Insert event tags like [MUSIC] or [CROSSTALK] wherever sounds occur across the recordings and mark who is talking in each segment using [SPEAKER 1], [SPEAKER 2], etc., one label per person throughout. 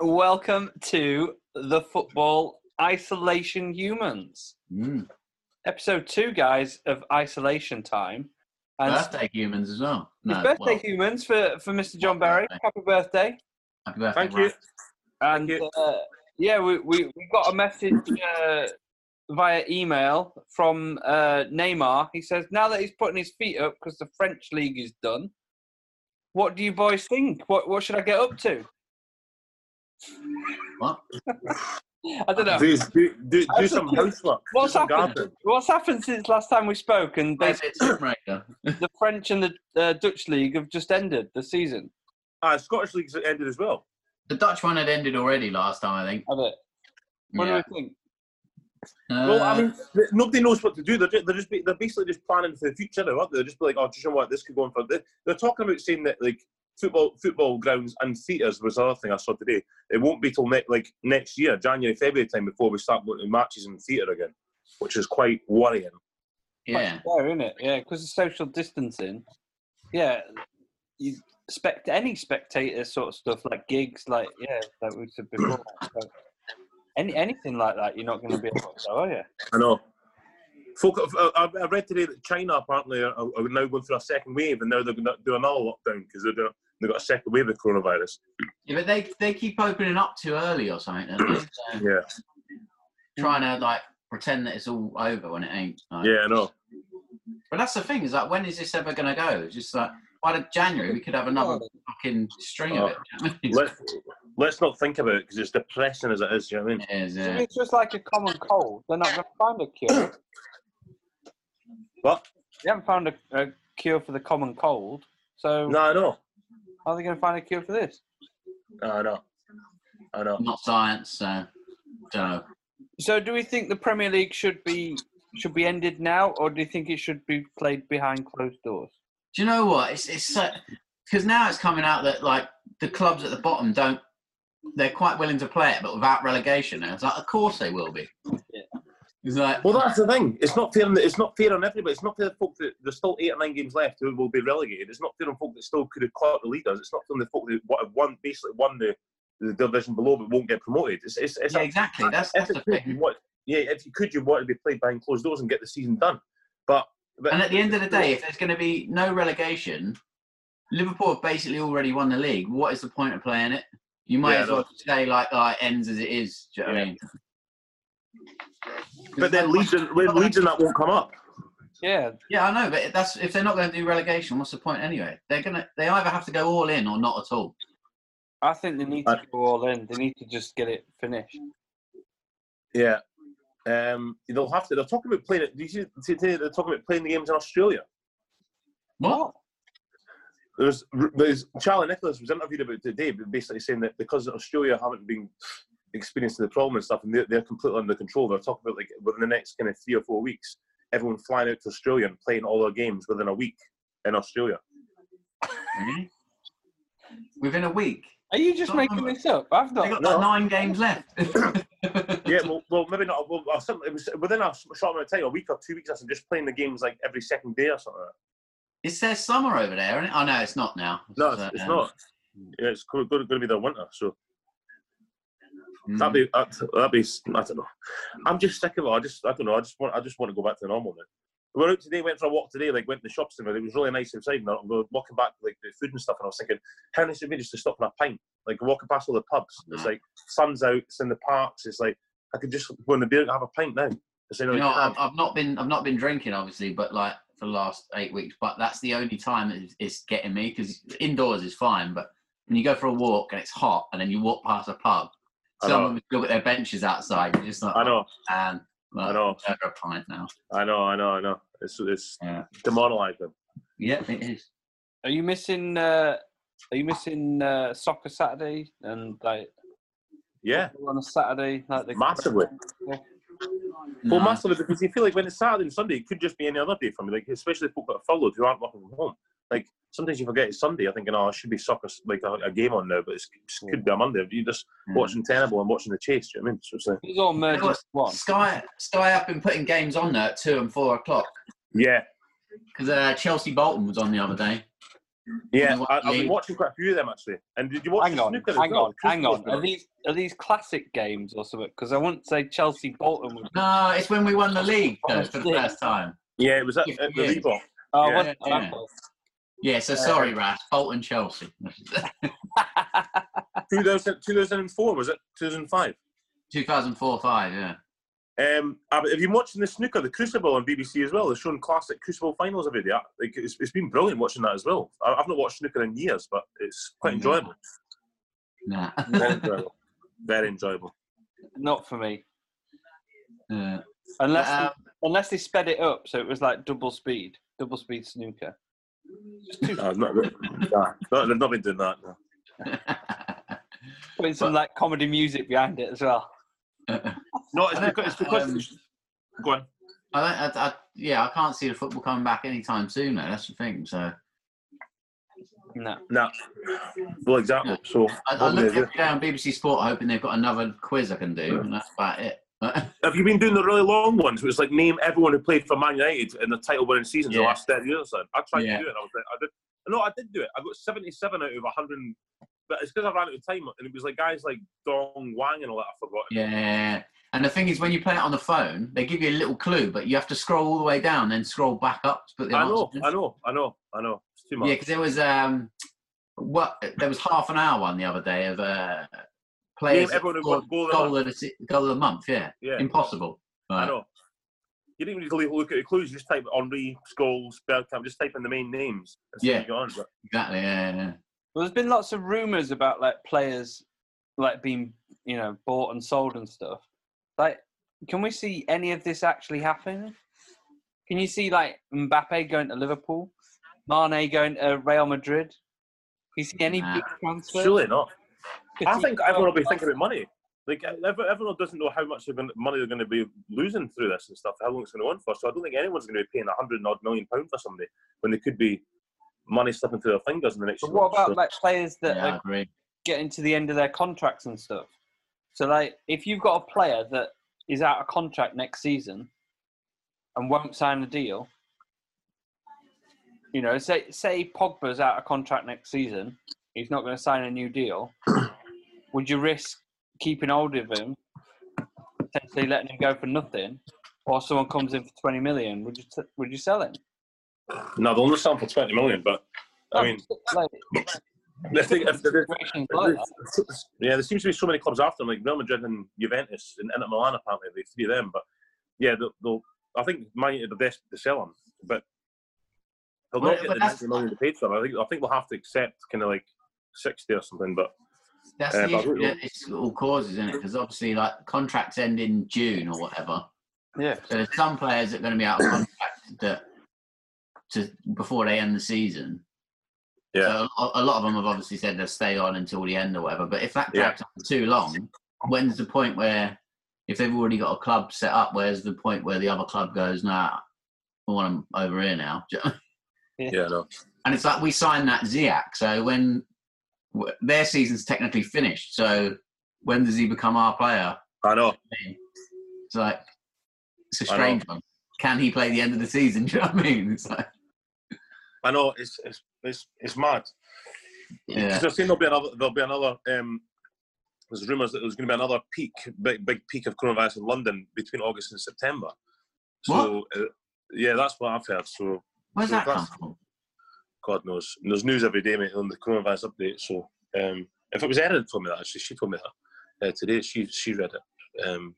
[SPEAKER 1] welcome to the Football Isolation Humans.
[SPEAKER 2] Mm.
[SPEAKER 1] Episode two, guys, of Isolation Time. And it's
[SPEAKER 2] Birthday humans as well.
[SPEAKER 1] birthday
[SPEAKER 2] well,
[SPEAKER 1] humans for, for Mr. John Barry.
[SPEAKER 2] Happy birthday.
[SPEAKER 1] Happy birthday.
[SPEAKER 2] Happy birthday,
[SPEAKER 3] Thank you.
[SPEAKER 2] Ryan.
[SPEAKER 1] And
[SPEAKER 3] you.
[SPEAKER 1] uh, yeah, we, we, we got a message uh, via email from uh, Neymar. He says, now that he's putting his feet up because the French league is done, what do you boys think? What, what should I get up to?
[SPEAKER 2] What?
[SPEAKER 1] I don't know.
[SPEAKER 3] Do, do, do, do
[SPEAKER 1] That's
[SPEAKER 3] some
[SPEAKER 1] okay.
[SPEAKER 3] housework.
[SPEAKER 1] What's
[SPEAKER 3] do some
[SPEAKER 1] happened?
[SPEAKER 3] garden.
[SPEAKER 1] What's happened since last time we spoke? And
[SPEAKER 2] Where's
[SPEAKER 1] basically,
[SPEAKER 2] it, Sunbreaker?
[SPEAKER 1] the French and the uh, Dutch league have just ended the season.
[SPEAKER 3] Ah, Scottish League's ended as well.
[SPEAKER 2] The Dutch one had ended already last time, I think.
[SPEAKER 1] Have it? What do
[SPEAKER 2] Yeah.
[SPEAKER 1] we think?
[SPEAKER 3] well,
[SPEAKER 2] Uh,
[SPEAKER 3] I mean, th- nobody knows what to do. They're just, they're just be- they're basically just planning for the future now, aren't they? They're just be like, oh, do you know what? This could go on for this. They're talking about saying that like football football grounds and theatres was another thing I saw today. It won't be till ne- like next year, January, February time before we start going to matches in theatre again, which is quite worrying.
[SPEAKER 2] yeah.
[SPEAKER 1] Fair, isn't it? Yeah, because of social distancing. Yeah, you expect any spectator sort of stuff like gigs, like yeah, like we said
[SPEAKER 2] [COUGHS]
[SPEAKER 1] before. so any anything like that, you're not going to be able to, are you?
[SPEAKER 3] I know. Folk, I, I I read today that China apparently are, are now going through a second wave, and now they're going to do another lockdown because they're doing, they've got a second wave of coronavirus.
[SPEAKER 2] yeah, but they, they keep opening up too early or something. Don't they? So
[SPEAKER 3] Yeah,
[SPEAKER 2] Trying to like pretend that it's all over when it ain't. like.
[SPEAKER 3] yeah, I know.
[SPEAKER 2] But that's the thing is like, when is this ever going to go? It's just like by the January we could have another fucking string of it. do you know what
[SPEAKER 3] Let, let's not think about it because it's depressing as it is. Do you know what I mean?
[SPEAKER 2] I mean? [LAUGHS] It is, uh,
[SPEAKER 1] If
[SPEAKER 2] yeah.
[SPEAKER 1] It's just like a common cold. They're not going to find a cure.
[SPEAKER 3] What?
[SPEAKER 1] They haven't found a, a cure for the common cold, so
[SPEAKER 3] No, I know.
[SPEAKER 1] how are they going to find a cure for this?
[SPEAKER 3] I know. I know.
[SPEAKER 2] Not science, so don't know.
[SPEAKER 1] So, do we think the Premier League should be should be ended now, or do you think it should be played behind closed doors?
[SPEAKER 2] Do you know what? It's it's because now it's coming out that like the clubs at the bottom don't they're quite willing to play it, but without relegation. And it's like, of course they will be. It's like,
[SPEAKER 3] Well, that's the thing. It's not fair. On the, it's not fair on everybody. It's not fair on folk that there's still eight or nine games left who will be relegated. It's not fair on folk that still could have caught the leaders. It's not fair on the folk that wa- have won basically won the, the division below but won't get promoted. It's it's, it's
[SPEAKER 2] yeah,
[SPEAKER 3] a-
[SPEAKER 2] exactly. That's that's
[SPEAKER 3] if
[SPEAKER 2] the
[SPEAKER 3] it could,
[SPEAKER 2] thing.
[SPEAKER 3] you want, yeah, if you could, you want to be played behind closed doors and get the season done. But but
[SPEAKER 2] And at the end of the day, if there's going to be no relegation, Liverpool have basically already won the league. What is the point of playing it? You might
[SPEAKER 3] Yeah,
[SPEAKER 2] as well say like, oh, it ends as it is. Do you know what I mean?
[SPEAKER 3] but then Leeds and, when Leeds and that won't come up.
[SPEAKER 1] Yeah,
[SPEAKER 2] Yeah, I know, but that's if they're not going to do relegation, what's the point anyway? They're gonna they either have to go all in or not at all.
[SPEAKER 1] I think they need to go all in. They need to just get it finished.
[SPEAKER 3] Yeah. Um, they'll have to. They're talking about playing it. Do you see, see today they're talking about playing the games in Australia.
[SPEAKER 2] What?
[SPEAKER 3] There's, there's Charlie Nicholas was interviewed about it today, but basically saying that because Australia haven't been experiencing the problem and stuff, and they're, they're completely under control. They're talking about like within the next kind of three or four weeks, everyone flying out to Australia and playing all their games within a week in Australia.
[SPEAKER 2] Really? Within a week,
[SPEAKER 1] Are you just
[SPEAKER 2] No,
[SPEAKER 1] making
[SPEAKER 2] no.
[SPEAKER 1] this up? I've
[SPEAKER 2] they
[SPEAKER 1] not.
[SPEAKER 2] got
[SPEAKER 3] No.
[SPEAKER 2] like nine games left. [LAUGHS]
[SPEAKER 3] yeah, well, well, maybe not. Well, I think it was within a short amount of time, a week or two weeks, I said just playing the games like every second day or something.
[SPEAKER 2] It's their summer over there, isn't it? Oh no, it's not now.
[SPEAKER 3] No, it's,
[SPEAKER 2] Uh,
[SPEAKER 3] it's not. Yeah, it's going to be their winter, so
[SPEAKER 2] mm.
[SPEAKER 3] that'd be that that'd be. I don't know. I'm just sick of it. I just I don't know. I just want I just want to go back to normal now. We went out today, went for a walk today, like went to the shops and everything. it was really nice outside. And we were walking back like the food and stuff, and I was thinking, how nice it'd be just to stop for a pint, like walking past all the pubs.
[SPEAKER 2] Mm.
[SPEAKER 3] It's like sun's out, it's in the parks. It's like I could just go in the beer and have a pint now. It's like,
[SPEAKER 2] mm. You know,
[SPEAKER 3] crap.
[SPEAKER 2] I've, I've not been I've not been drinking obviously, but like for the last eight weeks. But that's the only time it's, it's getting me because indoors is fine, but when you go for a walk and it's hot, and then you walk past a pub,
[SPEAKER 3] I know.
[SPEAKER 2] some of them look at their benches outside. You're just like,
[SPEAKER 3] I know,
[SPEAKER 2] and
[SPEAKER 3] I know.
[SPEAKER 2] a pint now.
[SPEAKER 3] I know, I know, I know. It's it's
[SPEAKER 2] Yeah.
[SPEAKER 3] demoralising.
[SPEAKER 2] Yep, it is.
[SPEAKER 1] Are you missing? Uh, are you missing uh, soccer Saturday and like
[SPEAKER 3] Yeah,
[SPEAKER 1] football on a Saturday? Like the
[SPEAKER 3] massively.
[SPEAKER 2] No.
[SPEAKER 3] Well, massively because you feel like when it's Saturday and Sunday, it could just be any other day for me. Like especially people that are furloughed who aren't working from home. Like sometimes you forget it's Sunday. You're thinking, oh, I should be soccer like a, a game on now, but it's, it could be a Monday. You're just
[SPEAKER 2] Mm.
[SPEAKER 3] watching Tenable and watching the Chase. Do you know what I mean? So it's like,
[SPEAKER 1] It's all merged into one.
[SPEAKER 2] Sky Sky have been putting games on there at two and four o'clock
[SPEAKER 3] yeah,
[SPEAKER 2] because uh, Chelsea Bolton was on the other day.
[SPEAKER 3] Yeah,
[SPEAKER 2] Wanna watch
[SPEAKER 3] I, I've been
[SPEAKER 2] League?
[SPEAKER 3] watching quite a few of them actually. And did you watch
[SPEAKER 1] Hang
[SPEAKER 3] the
[SPEAKER 1] on,
[SPEAKER 3] snooker as
[SPEAKER 1] hang
[SPEAKER 3] well?
[SPEAKER 1] on, hang
[SPEAKER 3] Christmas
[SPEAKER 1] on.
[SPEAKER 3] one?
[SPEAKER 1] Are these are these classic games or something? Because I wouldn't say Chelsea Bolton would.
[SPEAKER 2] No, it's when we won the league though, for the first time.
[SPEAKER 3] Yeah, it was at,
[SPEAKER 2] Yeah.
[SPEAKER 3] at the
[SPEAKER 1] [LAUGHS]
[SPEAKER 3] Reebok.
[SPEAKER 1] Oh,
[SPEAKER 3] Yeah.
[SPEAKER 1] wasn't it?
[SPEAKER 2] Yeah. Yeah, so sorry, Rash. Bolton Chelsea.
[SPEAKER 3] 2000, 2004 was it? 2005.
[SPEAKER 2] 2004 5, yeah.
[SPEAKER 3] Um, uh, but if you're watching the snooker, the Crucible on BBC as well, they're showing classic Crucible finals every day. Like, it's, it's been brilliant watching that as well. I, I've not watched snooker in years, but it's quite
[SPEAKER 2] Mm. [LAUGHS]
[SPEAKER 3] enjoyable.
[SPEAKER 2] Nah.
[SPEAKER 3] Very enjoyable. Very enjoyable.
[SPEAKER 1] Not for me,
[SPEAKER 2] Yeah.
[SPEAKER 1] unless
[SPEAKER 2] But, um,
[SPEAKER 1] they, unless they sped it up so it was like double speed, double speed snooker.
[SPEAKER 3] No, I've not, really- nah, [LAUGHS] no, they've not been doing that. No.
[SPEAKER 1] Putting some like comedy music behind it as well.
[SPEAKER 3] No,
[SPEAKER 2] [LAUGHS]
[SPEAKER 3] it's
[SPEAKER 2] I don't-
[SPEAKER 3] because, it's because go on.
[SPEAKER 2] I don't, I, I, yeah, I can't see the football coming back anytime soon, though. That's the thing. So I,
[SPEAKER 1] No,
[SPEAKER 3] Nah. Well, exactly. So
[SPEAKER 2] I
[SPEAKER 3] what
[SPEAKER 2] look
[SPEAKER 3] do they do?
[SPEAKER 2] every day on BBC Sport hoping they've got another quiz I can do, and that's about it.
[SPEAKER 3] have you been doing the really long ones? It's like name everyone who played for Man United in the title winning seasons the
[SPEAKER 2] Yeah.
[SPEAKER 3] last ten years. Then I tried
[SPEAKER 2] Yeah.
[SPEAKER 3] to do it. I was like, I did. No, I did do it. I got seventy-seven out of hundred, but it's because I ran out of time. And it was like guys like Dong Wang and all that. I forgot.
[SPEAKER 2] yeah. And the thing is, when you play it on the phone, they give you a little clue, but you have to scroll all the way down, then scroll back up to put the
[SPEAKER 3] I
[SPEAKER 2] answer
[SPEAKER 3] know,
[SPEAKER 2] in.
[SPEAKER 3] I know, I know, I know. It's too much.
[SPEAKER 2] Yeah, because there was um, what there was half an hour one the other day of uh,
[SPEAKER 3] Name
[SPEAKER 2] players that
[SPEAKER 3] everyone who
[SPEAKER 2] scored
[SPEAKER 3] got goal. of the
[SPEAKER 2] goal
[SPEAKER 3] month.
[SPEAKER 2] of the se- goal of the month. Yeah,
[SPEAKER 3] Yeah,
[SPEAKER 2] impossible.
[SPEAKER 3] I
[SPEAKER 2] Right.
[SPEAKER 3] know. You didn't even need to look at the clues. You just type Henri, Scholes, Bergkamp. Just type in the main names. And see
[SPEAKER 2] Yeah.
[SPEAKER 3] what you get on. But
[SPEAKER 2] Exactly. Yeah, yeah,
[SPEAKER 1] well, there's been lots of rumours about like players like being you know bought and sold and stuff. Like, can we see any of this actually happening? Can you see like Mbappe going to Liverpool, Mane going to Real Madrid? Can you see any
[SPEAKER 2] Nah.
[SPEAKER 1] big transfers?
[SPEAKER 3] surely not.
[SPEAKER 1] Could
[SPEAKER 3] I
[SPEAKER 1] you-
[SPEAKER 3] think everyone will be thinking about money. Like ev- everyone doesn't know how much they're gonna, money they're going to be losing through this and stuff, how long it's going to go on for. So I don't think anyone's going to be paying a hundred and odd million pound for somebody when they could be money slipping through their fingers in the next.
[SPEAKER 1] But
[SPEAKER 3] few
[SPEAKER 1] what
[SPEAKER 3] months.
[SPEAKER 1] about
[SPEAKER 3] So-
[SPEAKER 1] like players
[SPEAKER 2] yeah.
[SPEAKER 1] that
[SPEAKER 2] yeah I
[SPEAKER 1] are
[SPEAKER 2] agree.
[SPEAKER 1] getting to the end of their contracts and stuff? So like, if you've got a player that is out of contract next season and won't sign a deal, you know, say say Pogba's out of contract next season, he's not going to sign a new deal. [CLEARS THROAT] would you risk keeping hold of him, potentially letting him go for nothing, or someone comes in for twenty million? Would you t- would you sell him?
[SPEAKER 3] no, they'll only sell for twenty million. But I mean, [LAUGHS]
[SPEAKER 1] like,
[SPEAKER 3] I think if there is-
[SPEAKER 1] situations like that.
[SPEAKER 3] yeah, there seems to be so many clubs after them, like Real Madrid and Juventus and Inter Milan. Apparently, the three of them. But yeah, they'll, they'll I think Man United are desperate to sell him, but they'll
[SPEAKER 2] Well,
[SPEAKER 3] not
[SPEAKER 2] but
[SPEAKER 3] get the
[SPEAKER 2] that's-
[SPEAKER 3] ninety million they paid for him. I think I think they'll have to accept kind of like sixty or something. But
[SPEAKER 2] That's
[SPEAKER 3] Uh,
[SPEAKER 2] the
[SPEAKER 3] but
[SPEAKER 2] issue
[SPEAKER 3] we-
[SPEAKER 2] that it's all causes, isn't it? Because obviously, like contracts end in June or whatever.
[SPEAKER 1] Yeah.
[SPEAKER 2] So there's some players that are going to be out of contract that to before they end the season.
[SPEAKER 3] Yeah.
[SPEAKER 2] So a, a lot of them have obviously said they'll stay on until the end or whatever. But if that
[SPEAKER 3] Yeah.
[SPEAKER 2] drags on too long, when's the point where if they've already got a club set up, where's the point where the other club goes, nah, I want them over here now? [LAUGHS] Do you know what I mean?
[SPEAKER 3] yeah, no.
[SPEAKER 2] And it's like we signed that Ziak. So when w- their season's technically finished, so when does he become our player?
[SPEAKER 3] I know.
[SPEAKER 2] It's like it's a
[SPEAKER 3] I know.
[SPEAKER 2] strange one. Can he play the end of the season? [LAUGHS] Do you know what I mean? It's like
[SPEAKER 3] I know. It's it's it's, it's mad.
[SPEAKER 2] yeah,
[SPEAKER 3] Because they're saying there'll be another. There'll be another. Um, there's rumours that there's going to be another peak, big big peak of coronavirus in London between August and September. So uh, yeah, that's what I've heard. So
[SPEAKER 2] where's
[SPEAKER 3] so
[SPEAKER 2] that come
[SPEAKER 3] that's-
[SPEAKER 2] from?
[SPEAKER 3] God knows. And there's news every day, mate, on the coronavirus update. So um, if it was Erin told me that actually, she told me that uh, today. She she read it. Um,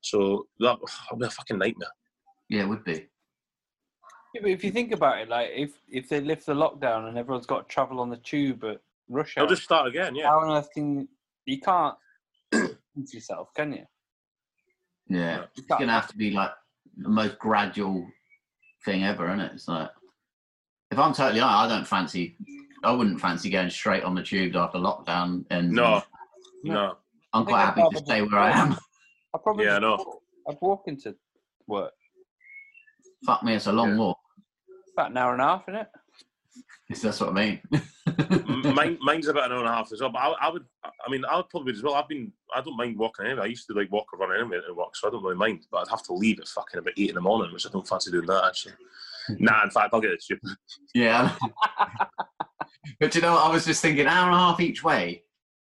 [SPEAKER 3] so that will be a fucking nightmare.
[SPEAKER 2] Yeah, it would be.
[SPEAKER 1] Yeah, but if you think about it, like if if they lift the lockdown and everyone's got to travel on the tube at rush
[SPEAKER 3] I'll
[SPEAKER 1] hour,
[SPEAKER 3] just start again. Yeah.
[SPEAKER 1] how on earth can you can't [CLEARS THROAT] convince yourself, can you?
[SPEAKER 2] Yeah,
[SPEAKER 3] Yeah.
[SPEAKER 2] it's gonna have to be like the most gradual thing ever, isn't it? It's like if I'm totally honest, I don't fancy. I wouldn't fancy going straight on the tube after lockdown, and
[SPEAKER 3] No. No.
[SPEAKER 2] I'm quite
[SPEAKER 1] I
[SPEAKER 2] happy
[SPEAKER 1] think I'd
[SPEAKER 2] to
[SPEAKER 1] rather
[SPEAKER 2] stay
[SPEAKER 1] just
[SPEAKER 2] where I
[SPEAKER 1] walk.
[SPEAKER 2] am. [LAUGHS]
[SPEAKER 1] I probably
[SPEAKER 3] Yeah,
[SPEAKER 1] just
[SPEAKER 3] I know.
[SPEAKER 1] walk. I'd walk into work.
[SPEAKER 2] Fuck me, it's a long
[SPEAKER 3] Yeah.
[SPEAKER 2] walk. [LAUGHS]
[SPEAKER 1] About an hour and a half, isn't it?
[SPEAKER 2] If that's what I mean. [LAUGHS]
[SPEAKER 3] M- Mine, mine's about an hour and a half as well. But I, I would, I mean, I would probably as well. I've been, I don't mind walking anyway. I used to like walk or run anyway at work, so I don't really mind. But I'd have to leave at fucking about eight in the morning, which I don't fancy doing that actually. nah, in fact, I'll get it.
[SPEAKER 2] yeah. [LAUGHS] But do you know, what? I was just thinking, hour and a half each way.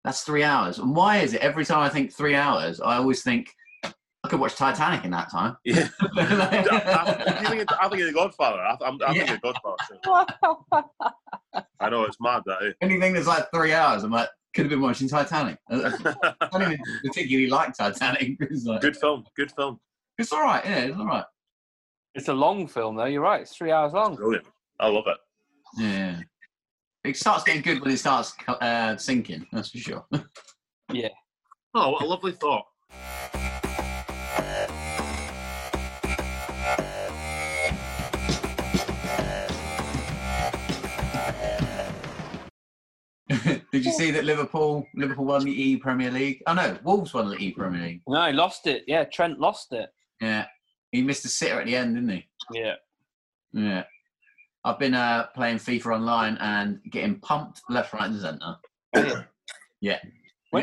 [SPEAKER 2] That's three hours. And why is it every time I think three hours, I always think I could watch Titanic in that time. [LAUGHS]
[SPEAKER 3] Yeah. I, I, you think it's- I think it's The Godfather. I, I'm, I think it's The Godfather. so- I know it's mad that.
[SPEAKER 2] Anything that's like three hours, I'm like, could have been watching Titanic. I
[SPEAKER 3] eh? [LAUGHS]
[SPEAKER 2] don't even particularly like Titanic. [LAUGHS] It's, like,
[SPEAKER 3] good film. Good film.
[SPEAKER 2] it's all right. Yeah, it's all right.
[SPEAKER 1] It's a long film, though. You're right. It's three hours long.
[SPEAKER 3] Brilliant. I love it.
[SPEAKER 2] Yeah. It starts getting good when it starts uh, sinking, that's for sure. [LAUGHS]
[SPEAKER 3] Oh, what a lovely thought.
[SPEAKER 2] Did you see that Liverpool Liverpool won the E Premier League? Oh no, Wolves won the E Premier League.
[SPEAKER 1] No, he lost it. Yeah, Trent lost it.
[SPEAKER 2] Yeah. He missed a sitter at the end, didn't he?
[SPEAKER 1] Yeah.
[SPEAKER 2] Yeah. I've been uh, playing FIFA online and getting pumped left, right, and centre.
[SPEAKER 1] When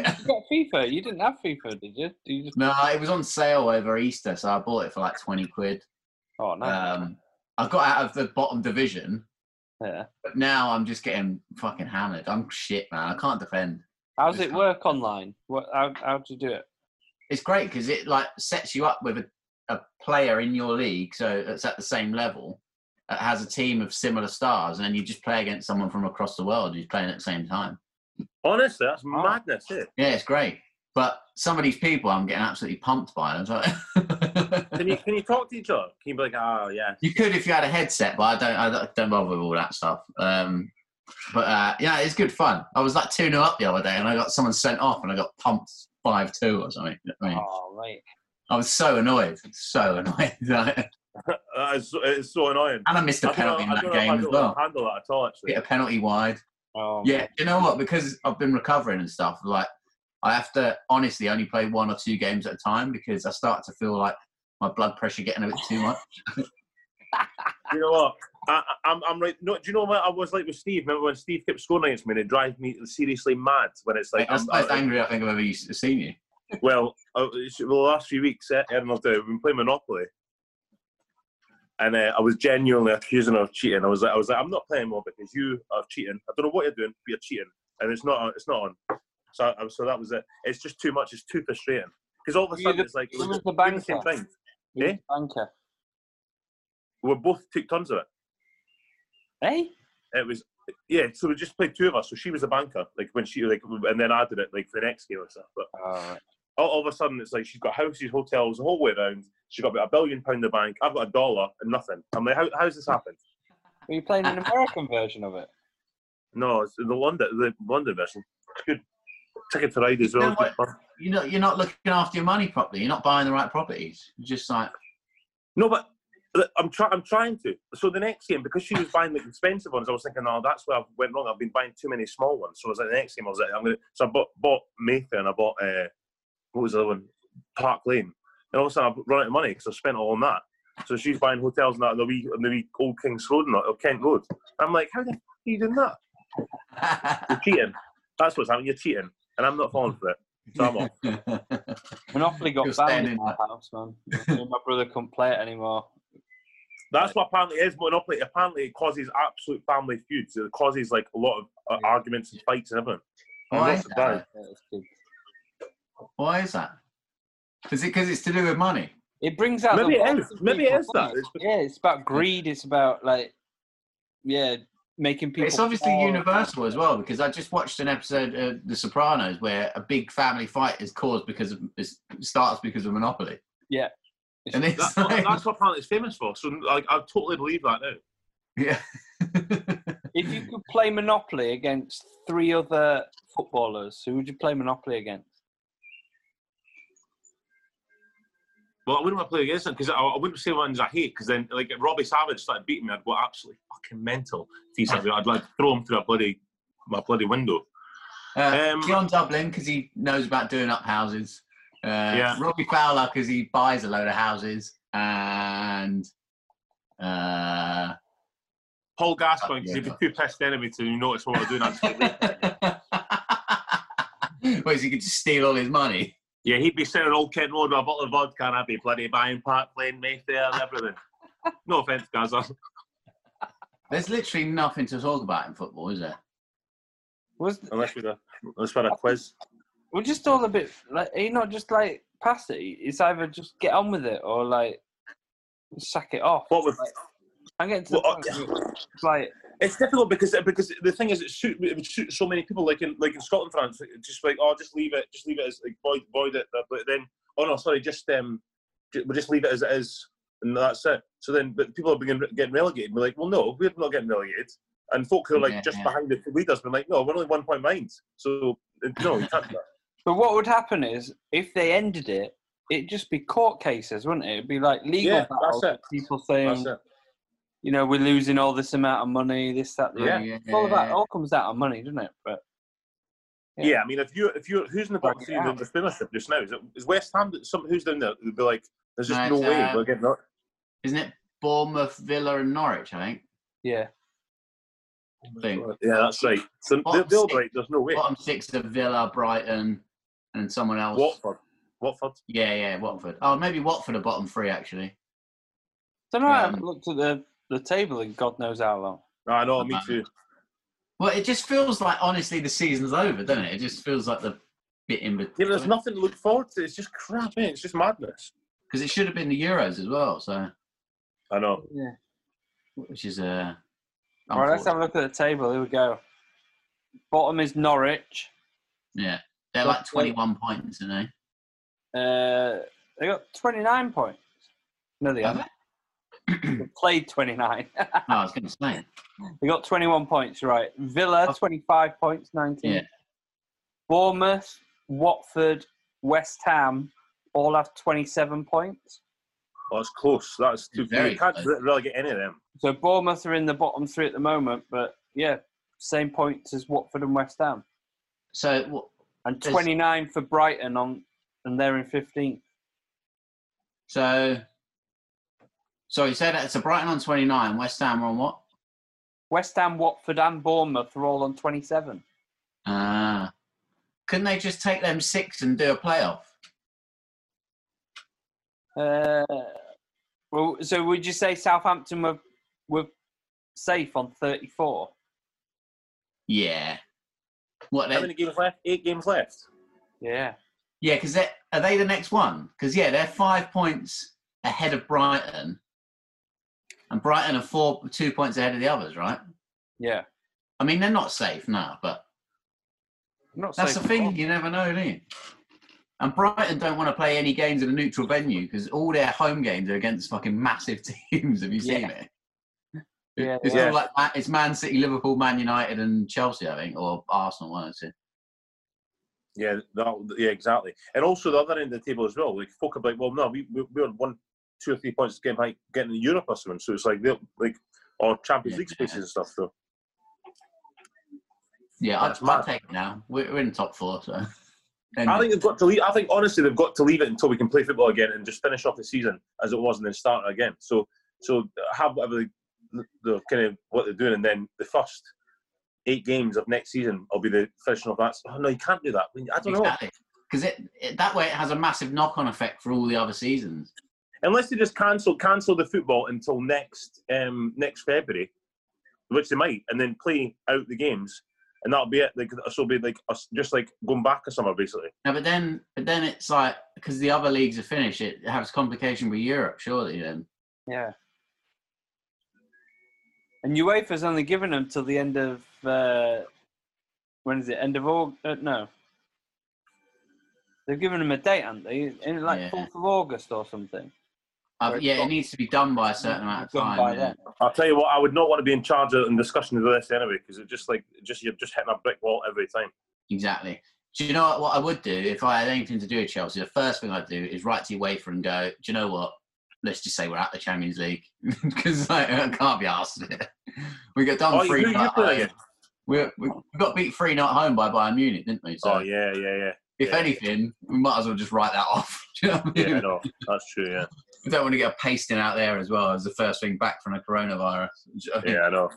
[SPEAKER 1] did you get FIFA? You didn't have FIFA, did you? Did you just...
[SPEAKER 2] No, it was on sale over Easter, so I bought it for like 20 quid.
[SPEAKER 1] Oh, no.
[SPEAKER 2] Um, I got out of the bottom division,
[SPEAKER 1] yeah.
[SPEAKER 2] but now I'm just getting fucking hammered. I'm shit, man. I can't defend.
[SPEAKER 1] How's it work online? What? How, how do you do it?
[SPEAKER 2] It's great because it like sets you up with a, a player in your league, so it's at the same level. It has a team of similar stars, and then you just play against someone from across the world who's playing at the same time.
[SPEAKER 3] Honestly, that's madness. eh?
[SPEAKER 2] Yeah, it's great. But some of these people, I'm getting absolutely pumped by. I was like,
[SPEAKER 3] Can you can you talk to each other? Can you be like, oh yeah,
[SPEAKER 2] [LAUGHS] you could if you had a headset, but I don't. I don't- don't bother with all that stuff. Um, but uh, yeah, it's good fun. I was like two 0 up the other day, and I got someone sent off, and I got pumped five two or something. You know what I, mean?
[SPEAKER 1] Oh, mate.
[SPEAKER 2] I was so annoyed, so [LAUGHS] annoyed, and
[SPEAKER 3] that is, it's so annoying.
[SPEAKER 2] I missed a
[SPEAKER 3] I don't know,
[SPEAKER 2] penalty in
[SPEAKER 3] I
[SPEAKER 2] that
[SPEAKER 3] don't know if
[SPEAKER 2] game
[SPEAKER 3] I
[SPEAKER 2] as
[SPEAKER 3] could
[SPEAKER 2] well.
[SPEAKER 3] handle that at all. Actually,
[SPEAKER 2] Hit a penalty wide.
[SPEAKER 1] Oh,
[SPEAKER 2] Yeah, you know what? Because I've been recovering and stuff, like I have to honestly only play one or two games at a time because I start to feel like my blood pressure getting a bit too much.
[SPEAKER 3] you know what? I, I- I'm, I'm right. No, do you know what I was like with Steve? Remember when Steve kept scoring against me? and It drives me seriously mad when it's [LAUGHS] like,
[SPEAKER 2] That's
[SPEAKER 3] I'm,
[SPEAKER 2] the most
[SPEAKER 3] I,
[SPEAKER 2] angry I think I've ever used- seen you.
[SPEAKER 3] well, uh, it's- well, the last few weeks, eh, Erin will do. We've been playing Monopoly, and uh, I was genuinely accusing her of cheating. I was like, I was like, I'm not playing more because you are cheating. I don't know what you're doing, but you're cheating, and it's not, it's not on. So, I, so that was it. It's just too much. It's too frustrating because all of a
[SPEAKER 1] You
[SPEAKER 3] sudden
[SPEAKER 1] the-
[SPEAKER 3] it's like it
[SPEAKER 1] Who
[SPEAKER 3] was
[SPEAKER 1] was the
[SPEAKER 3] doing the same
[SPEAKER 1] banker?
[SPEAKER 3] thing.
[SPEAKER 1] Who was
[SPEAKER 3] eh?
[SPEAKER 1] the banker?
[SPEAKER 3] We both took tons of it.
[SPEAKER 1] Eh?
[SPEAKER 3] it was yeah. So we just played two of us. So she was a banker, like when she like, and then I did it like for the next game or stuff. But
[SPEAKER 1] Oh,
[SPEAKER 3] all, all of a sudden, it's like she's got houses, hotels, the whole way around. She's got about a billion pound in the bank. I've got a dollar and nothing. I'm like, how how's this happened?
[SPEAKER 1] Were you playing an American version of it?
[SPEAKER 3] No, it's the London, the London version. It's Good ticket to ride as well.
[SPEAKER 2] You know
[SPEAKER 3] good fun.
[SPEAKER 2] You know, you're not looking after your money properly. You're not buying the right properties. You're just like,
[SPEAKER 3] No, but look, I'm trying. I'm trying to. So the next game, because she was buying the expensive ones, I was thinking, oh, that's where I went wrong. I've been buying too many small ones. So I was like, the next game, I was like, I'm gonna. So I bought, bought Mayfair and I bought uh, what was the other one? Park Lane. And all of a sudden, I've run out of money because I spent all on that. So she's buying hotels and that on the wee, on the wee old King's Road and that, or Kent Road. I'm like, how the f- are you doing that? You're cheating. That's what's happening. You're cheating, and I'm not falling for it. So I'm off. [LAUGHS]
[SPEAKER 1] Monopoly got
[SPEAKER 2] You're
[SPEAKER 1] banned
[SPEAKER 2] standing
[SPEAKER 1] in my house, man. Me and my brother couldn't play it anymore.
[SPEAKER 3] That's what apparently is Monopoly. Apparently, it causes absolute family feuds. It causes like a lot of uh, arguments and fights and everything.
[SPEAKER 2] [LAUGHS]
[SPEAKER 3] And
[SPEAKER 2] Why?
[SPEAKER 3] lots of dying.
[SPEAKER 1] Yeah, it's good.
[SPEAKER 2] Why is that? Is it because it's to do with money?
[SPEAKER 1] It brings out.
[SPEAKER 3] Maybe
[SPEAKER 1] the
[SPEAKER 3] it
[SPEAKER 1] worst
[SPEAKER 3] is.
[SPEAKER 1] in
[SPEAKER 3] Maybe it
[SPEAKER 1] people,
[SPEAKER 3] is that.
[SPEAKER 1] doesn't it?
[SPEAKER 3] It's-
[SPEAKER 1] yeah, it's about greed. It's about like, yeah, making people.
[SPEAKER 2] it's obviously
[SPEAKER 1] poor.
[SPEAKER 2] universal as well because I just watched an episode of The Sopranos where a big family fight is caused because of it starts because of Monopoly.
[SPEAKER 1] Yeah.
[SPEAKER 2] [LAUGHS] and it's
[SPEAKER 3] That's,
[SPEAKER 2] like-
[SPEAKER 3] what, that's what apparently it's famous for. So, like, I totally believe that now.
[SPEAKER 2] yeah. [LAUGHS]
[SPEAKER 1] If you could play Monopoly against three other footballers, who would you play Monopoly against?
[SPEAKER 3] Well, I wouldn't want to play against them because I, I wouldn't say ones I hate. Because then, like, if Robbie Savage started beating me, I'd go absolutely fucking mental. If he started- I'd like throw him through a bloody my bloody window.
[SPEAKER 2] Uh,
[SPEAKER 3] Um,
[SPEAKER 2] John Dublin because he knows about doing up houses. Uh,
[SPEAKER 3] Yeah.
[SPEAKER 2] Robbie Fowler because he buys a load of houses and uh,
[SPEAKER 3] Paul Gascoigne because
[SPEAKER 2] Yeah.
[SPEAKER 3] he'd be too pissed enemy to notice what we're
[SPEAKER 2] [LAUGHS]
[SPEAKER 3] doing. Absolutely.
[SPEAKER 2] whereas he could just steal all his money.
[SPEAKER 3] yeah, he'd be sitting on Old Kent Road with a bottle of vodka, and I'd be bloody buying Park Lane, Mayfair,
[SPEAKER 2] [LAUGHS]
[SPEAKER 3] and everything. no offense, Gaza.
[SPEAKER 2] There's literally nothing to talk about in football, is there?
[SPEAKER 1] Was
[SPEAKER 3] Unless we're a, unless we're a quiz.
[SPEAKER 1] we're just all a bit like are you not just like pass it? It's either just get on with it or like sack it off.
[SPEAKER 3] What uh, with
[SPEAKER 1] I'm getting to the
[SPEAKER 3] Well,
[SPEAKER 1] point where it's like
[SPEAKER 3] It's difficult because because the thing is, it suit it would suit so many people. Like in like in Scotland, France, just like oh, just leave it, just leave it as like void void it. But then oh no, sorry, just um, ju- we'll just leave it as it is, and that's it. So then, but people are being getting relegated. We're like, well, no, we're not getting relegated. And folk who are like
[SPEAKER 2] Yeah,
[SPEAKER 3] just
[SPEAKER 2] yeah.
[SPEAKER 3] behind the leaders, been like, no, we're only one point behind. So no, you can't do that.
[SPEAKER 1] But what would happen is if they ended it, it'd just be court cases, wouldn't it? It'd be like legal
[SPEAKER 3] Yeah, that's
[SPEAKER 1] battles.
[SPEAKER 3] it.
[SPEAKER 1] People
[SPEAKER 3] That's
[SPEAKER 2] Um,
[SPEAKER 1] saying,
[SPEAKER 3] it.
[SPEAKER 1] you know, we're losing all this amount of money, this, that, the
[SPEAKER 3] Yeah.
[SPEAKER 1] other. All of that all comes out of money, doesn't it? But Yeah.
[SPEAKER 3] Yeah. I mean, if you if you who's in the bottom
[SPEAKER 1] Fucking
[SPEAKER 3] three in
[SPEAKER 1] hell.
[SPEAKER 3] the Premiership just now? Is, it, is West Ham? Some who's down there? They'd be like, there's just
[SPEAKER 2] No,
[SPEAKER 3] no
[SPEAKER 2] it's,
[SPEAKER 3] way
[SPEAKER 2] uh,
[SPEAKER 3] we're getting up.
[SPEAKER 2] Isn't it Bournemouth, Villa, and Norwich? I think
[SPEAKER 1] yeah,
[SPEAKER 2] think.
[SPEAKER 3] Yeah, that's right. So they're,
[SPEAKER 2] Bottom
[SPEAKER 3] they're
[SPEAKER 2] six.
[SPEAKER 3] right. There's no way.
[SPEAKER 2] bottom six are Villa, Brighton, and someone else.
[SPEAKER 3] Watford. Watford.
[SPEAKER 2] Yeah, yeah, Watford. Oh, maybe Watford are bottom three actually.
[SPEAKER 1] don't know. I
[SPEAKER 2] Um,
[SPEAKER 1] haven't looked at the, the table in God knows how long.
[SPEAKER 3] I know. Me
[SPEAKER 2] Um,
[SPEAKER 3] too.
[SPEAKER 2] Well, it just feels like honestly the season's over, doesn't it? It just feels like the bit in
[SPEAKER 3] Yeah, but there's
[SPEAKER 2] between
[SPEAKER 3] nothing to look forward to. It's just crap. eh? It's just madness.
[SPEAKER 2] because it should have been the Euros as well. So,
[SPEAKER 3] I know.
[SPEAKER 1] Yeah.
[SPEAKER 2] which is uh,
[SPEAKER 1] All right, let's have
[SPEAKER 2] unfortunate.
[SPEAKER 1] a look at the table. Here we go. Bottom is Norwich.
[SPEAKER 2] yeah, they're like twenty-one points, you know.
[SPEAKER 1] Uh, they got 29 points. No, they
[SPEAKER 2] Have
[SPEAKER 1] haven't. They played 29.
[SPEAKER 2] Oh, I was going to say.
[SPEAKER 1] They got 21 points, right. Villa,
[SPEAKER 2] Oh.
[SPEAKER 1] 25 points, 19.
[SPEAKER 2] Yeah.
[SPEAKER 1] Bournemouth, Watford, West Ham all have 27 points.
[SPEAKER 3] Oh, it's close. That's too.
[SPEAKER 2] Very
[SPEAKER 3] you can't
[SPEAKER 2] close.
[SPEAKER 3] re- really get any of them.
[SPEAKER 1] So Bournemouth are in the bottom three at the moment, but yeah, same points as Watford and West Ham.
[SPEAKER 2] So, wha-
[SPEAKER 1] And
[SPEAKER 2] There's-
[SPEAKER 1] 29 for Brighton on, and they're in 15th.
[SPEAKER 2] so, so you said that so Brighton on twenty-nine, West Ham are on what?
[SPEAKER 1] West Ham, Watford, and Bournemouth are all on 27.
[SPEAKER 2] Ah, couldn't they just take them six and do a playoff?
[SPEAKER 1] Uh, well, so would you say Southampton were, were safe on 34?
[SPEAKER 2] Yeah. What?
[SPEAKER 3] How
[SPEAKER 2] They,
[SPEAKER 3] many games left? Eight games left.
[SPEAKER 1] Yeah.
[SPEAKER 2] Yeah, because are they the next one? Because yeah, they're five points ahead of Brighton, and Brighton are four, two points ahead of the others, right?
[SPEAKER 1] Yeah.
[SPEAKER 2] I mean, they're not safe now, but
[SPEAKER 1] I'm not
[SPEAKER 2] that's
[SPEAKER 1] safe
[SPEAKER 2] the
[SPEAKER 1] at all.
[SPEAKER 2] thing. You never know, do you? And Brighton don't want to play any games at a neutral venue because all their home games are against fucking massive [LAUGHS] teams. Have you seen
[SPEAKER 1] Yeah.
[SPEAKER 2] it?
[SPEAKER 1] Yeah,
[SPEAKER 2] it's
[SPEAKER 3] they
[SPEAKER 2] all
[SPEAKER 3] are.
[SPEAKER 2] like Ma- it's Man City, Liverpool, Man United, and Chelsea, I think, or Arsenal, one or two.
[SPEAKER 3] Yeah, that, yeah, exactly. And also the other end of the table as well. Like folk are like, well, no, we we- we're one, two or three points getting like getting in Europe or something. So it's like they're like or Champions
[SPEAKER 2] Yeah.
[SPEAKER 3] League spaces and stuff. So
[SPEAKER 2] Yeah, I'd,
[SPEAKER 3] That's mad.
[SPEAKER 2] I'd take it now. We're, we're in the top four, so. [LAUGHS] Then-
[SPEAKER 3] I think they've got to leave. I think honestly they've got to leave it until we can play football again and just finish off the season as it was and then start again. So so have whatever the, the kind of what they're doing and then the first eight games of next season will be the finishing off that. Oh no, you can't do that. I, mean, I don't know.
[SPEAKER 2] Exactly. Because it, it that way it has a massive knock on effect for all the other seasons.
[SPEAKER 3] Unless they just cancel cancel the football until next um, next February, which they might, and then play out the games. And that'll be it. Like, so it'll be like us, just like going back a summer, basically.
[SPEAKER 2] No, but then but then it's like because the other leagues are finished, it has complication with Europe, surely. Then
[SPEAKER 1] Yeah. And UEFA's only given them till the end of uh, when is it? End of August? Uh, no. They've given them a date, haven't they? In
[SPEAKER 2] Yeah.
[SPEAKER 1] like fourth of August or something.
[SPEAKER 2] uh,
[SPEAKER 1] Right,
[SPEAKER 2] yeah,
[SPEAKER 1] well,
[SPEAKER 2] it needs to be done by a certain amount of
[SPEAKER 1] Done
[SPEAKER 2] time.
[SPEAKER 1] by
[SPEAKER 2] yeah.
[SPEAKER 1] then.
[SPEAKER 3] I'll tell you what, I would not want to be in charge of and discussion of this anyway, because it just like just you're just hitting a brick wall every time.
[SPEAKER 2] Exactly. Do you know what, what I would do if I had anything to do with Chelsea? The first thing I'd do is write to UEFA and go, do you know what? Let's just say we're at the Champions League [LAUGHS] because like, I can't be asked. [LAUGHS] we got done
[SPEAKER 3] Oh,
[SPEAKER 2] three.
[SPEAKER 3] who you
[SPEAKER 2] nil at
[SPEAKER 3] playing?
[SPEAKER 2] home. We, we we got beat three not home by Bayern Munich, didn't we? So
[SPEAKER 3] Oh yeah, yeah, yeah.
[SPEAKER 2] if
[SPEAKER 3] yeah.
[SPEAKER 2] anything, we might as well just write that [LAUGHS] off. Do you know what I mean?
[SPEAKER 3] Yeah, I know. That's true, yeah.
[SPEAKER 2] We don't want to get a pasting out there as well as the first thing back from the coronavirus.
[SPEAKER 3] Yeah, I know.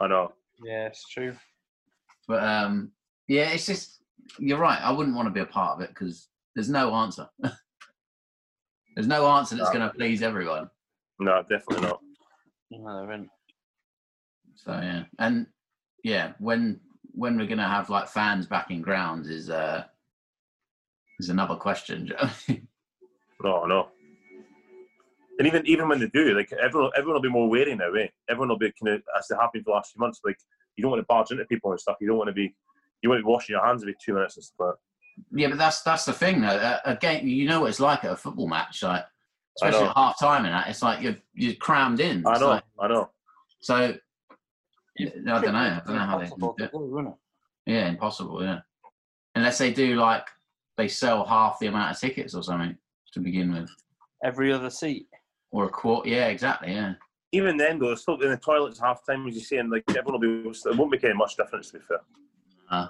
[SPEAKER 3] I know.
[SPEAKER 1] Yeah, it's true.
[SPEAKER 2] But um, yeah, it's just you're right. I wouldn't want to be a part of it because there's no answer. [LAUGHS] there's no answer that's
[SPEAKER 3] No.
[SPEAKER 2] going to please everyone.
[SPEAKER 3] No, definitely not.
[SPEAKER 1] No, they haven't.
[SPEAKER 2] So yeah, and yeah, when when we're gonna have like fans back in grounds is uh is another question. [LAUGHS] do you know what I mean?
[SPEAKER 3] No, no. And even even when they do, like everyone, everyone will be more wary now. Eh? Everyone will be kind of as they have been for the last few months. Like you don't want to barge into people and stuff. You don't want to be you want to be washing your hands every two minutes and stuff. Like
[SPEAKER 2] yeah, but that's that's the thing though. A, a game, you know what it's like at a football match, like
[SPEAKER 3] I
[SPEAKER 2] especially
[SPEAKER 3] know.
[SPEAKER 2] at half time and that. It's like you're you're crammed in.
[SPEAKER 3] that. I
[SPEAKER 2] It's
[SPEAKER 3] know,
[SPEAKER 2] like-
[SPEAKER 3] I know.
[SPEAKER 2] so yeah, I don't know. I don't know how they can do
[SPEAKER 1] Impossible
[SPEAKER 2] it.
[SPEAKER 1] to do, isn't it?
[SPEAKER 2] Yeah, impossible. Yeah, unless they do like they sell half the amount of tickets or something to begin with,
[SPEAKER 1] Every other seat.
[SPEAKER 2] or a quarter. Yeah, exactly. Yeah,
[SPEAKER 3] Even then, though, it's still in the toilets half time, as you say, and like everyone will be. It won't make any much difference, to be fair.
[SPEAKER 2] Uh-huh.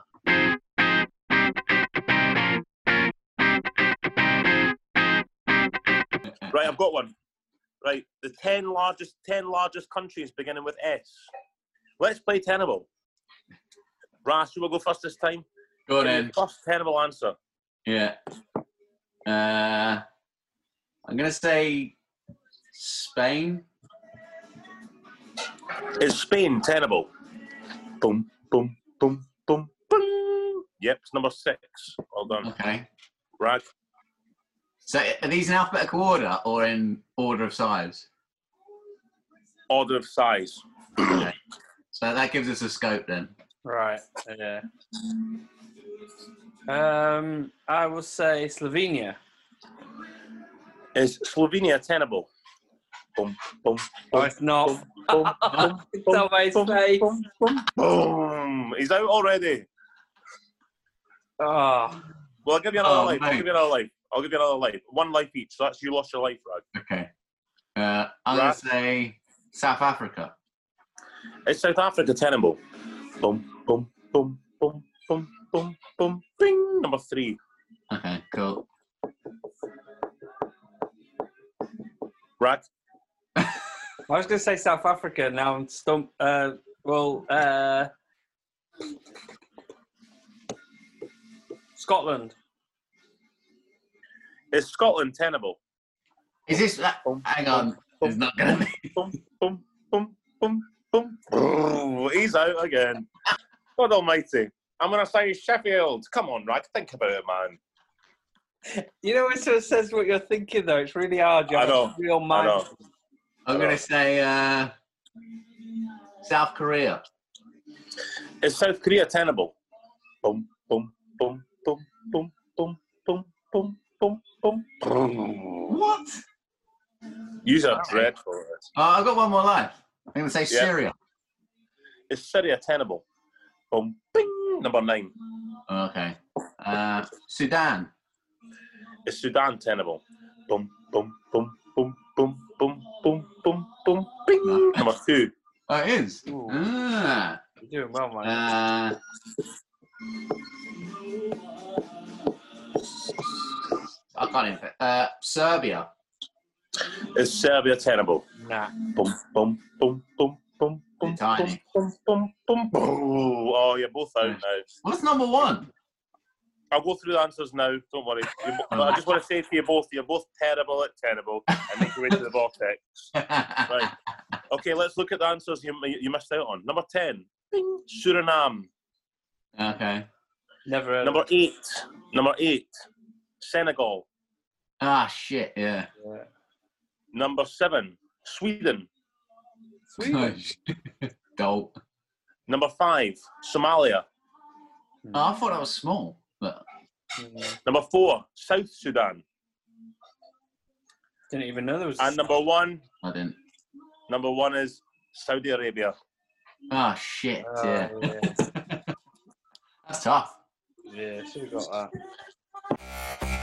[SPEAKER 3] Right, I've got one. Right, the ten largest ten largest countries beginning with S. Let's play tenable. Ras, you will go first this time.
[SPEAKER 2] Go on then.
[SPEAKER 3] First tenable answer.
[SPEAKER 2] Yeah. Uh, I'm gonna say Spain.
[SPEAKER 3] Is Spain tenable? Boom, boom, boom, boom, boom. Yep, it's number six. Well done,
[SPEAKER 2] Okay.
[SPEAKER 3] Rag.
[SPEAKER 2] So are these in alphabetical order or in order of size?
[SPEAKER 3] Order of size.
[SPEAKER 2] Okay. so that gives us a scope then.
[SPEAKER 1] Right. Yeah. Um, I will say Slovenia.
[SPEAKER 3] Is Slovenia tenable? Boom, boom,
[SPEAKER 1] Oh,
[SPEAKER 3] boom,
[SPEAKER 1] it's not.
[SPEAKER 3] boom,
[SPEAKER 2] [LAUGHS]
[SPEAKER 3] boom,
[SPEAKER 1] [LAUGHS]
[SPEAKER 2] Uh-huh.
[SPEAKER 3] boom,
[SPEAKER 1] Don't waste space.
[SPEAKER 3] boom, boom, boom. He's out already.
[SPEAKER 1] Oh,
[SPEAKER 3] Well, I'll give you another
[SPEAKER 2] Oh,
[SPEAKER 3] life. I'll
[SPEAKER 2] mate.
[SPEAKER 3] give you another life. I'll give you another life. One life each. So that's you lost your life, Rag.
[SPEAKER 2] Okay. Uh, I'm gonna
[SPEAKER 3] Right.
[SPEAKER 2] say South Africa.
[SPEAKER 3] Is South Africa tenable? Boom, boom, boom, boom, boom, boom, boom, bing. Number three.
[SPEAKER 2] Okay. Cool.
[SPEAKER 3] Rag.
[SPEAKER 1] I was going to say South Africa. Now I'm stumped. Uh, well, uh, Scotland.
[SPEAKER 3] Is Scotland tenable?
[SPEAKER 2] Is this? That,
[SPEAKER 3] Boom,
[SPEAKER 2] hang on. It's not gonna be.
[SPEAKER 3] boom, boom, boom, boom, boom. Brrr, He's out again. God almighty. I'm going to say Sheffield. Come on, Rag. Think about it, man.
[SPEAKER 1] You know, it sort of says what you're thinking, though. It's really hard. You
[SPEAKER 3] I
[SPEAKER 1] have
[SPEAKER 3] know.
[SPEAKER 1] a Real
[SPEAKER 3] I
[SPEAKER 1] mind.
[SPEAKER 3] know.
[SPEAKER 2] I'm gonna say uh, South Korea.
[SPEAKER 3] Is South Korea tenable? Boom, boom, boom, boom, boom, boom, boom, boom, boom, boom. Brrr.
[SPEAKER 2] What?
[SPEAKER 3] Yous are
[SPEAKER 2] Alright.
[SPEAKER 3] dreadful. right?
[SPEAKER 2] Oh, I've got one more life. I'm gonna say
[SPEAKER 3] Yeah.
[SPEAKER 2] Syria.
[SPEAKER 3] Is Syria tenable? Boom, bing. Number nine.
[SPEAKER 2] Oh, Okay. Uh, Sudan.
[SPEAKER 3] Is Sudan tenable? Boom, boom, boom, boom, boom, boom, boom, boom, boom,
[SPEAKER 2] No.
[SPEAKER 3] bing. Number two.
[SPEAKER 2] Oh, it is.
[SPEAKER 1] Ooh.
[SPEAKER 2] Ah.
[SPEAKER 1] You're doing well, man.
[SPEAKER 2] Uh, I can't even. Uh, Serbia.
[SPEAKER 3] Is Serbia tenable?
[SPEAKER 1] nah.
[SPEAKER 3] Boom, boom, boom, boom, boom, boom, boom,
[SPEAKER 2] Tiny.
[SPEAKER 3] boom, boom, boom, boom. Oh, you're both out now.
[SPEAKER 2] What's number one?
[SPEAKER 3] I'll go through the answers now. Don't worry. You bo- but I just want to say to you both, you're both terrible at terrible, and make your way to the vortex. Right. Okay, let's look at the answers you, you missed out on. Number ten, Suriname.
[SPEAKER 2] [LAUGHS] okay.
[SPEAKER 1] Never. heard of
[SPEAKER 3] Number eight, number eight, Senegal.
[SPEAKER 2] Ah, shit. Yeah.
[SPEAKER 1] it.
[SPEAKER 3] Number seven, Sweden.
[SPEAKER 1] Sweden.
[SPEAKER 2] [LAUGHS] Dope.
[SPEAKER 3] Number five, Somalia.
[SPEAKER 2] Oh, I thought that was small, but
[SPEAKER 1] Mm,
[SPEAKER 3] Number four, South Sudan.
[SPEAKER 1] Didn't even know there was. a
[SPEAKER 3] And number one,
[SPEAKER 2] I didn't.
[SPEAKER 3] number one is Saudi Arabia.
[SPEAKER 2] Ah, shit.
[SPEAKER 1] Oh,
[SPEAKER 2] yeah.
[SPEAKER 1] yeah.
[SPEAKER 2] That's tough.
[SPEAKER 1] Yeah, should have got that.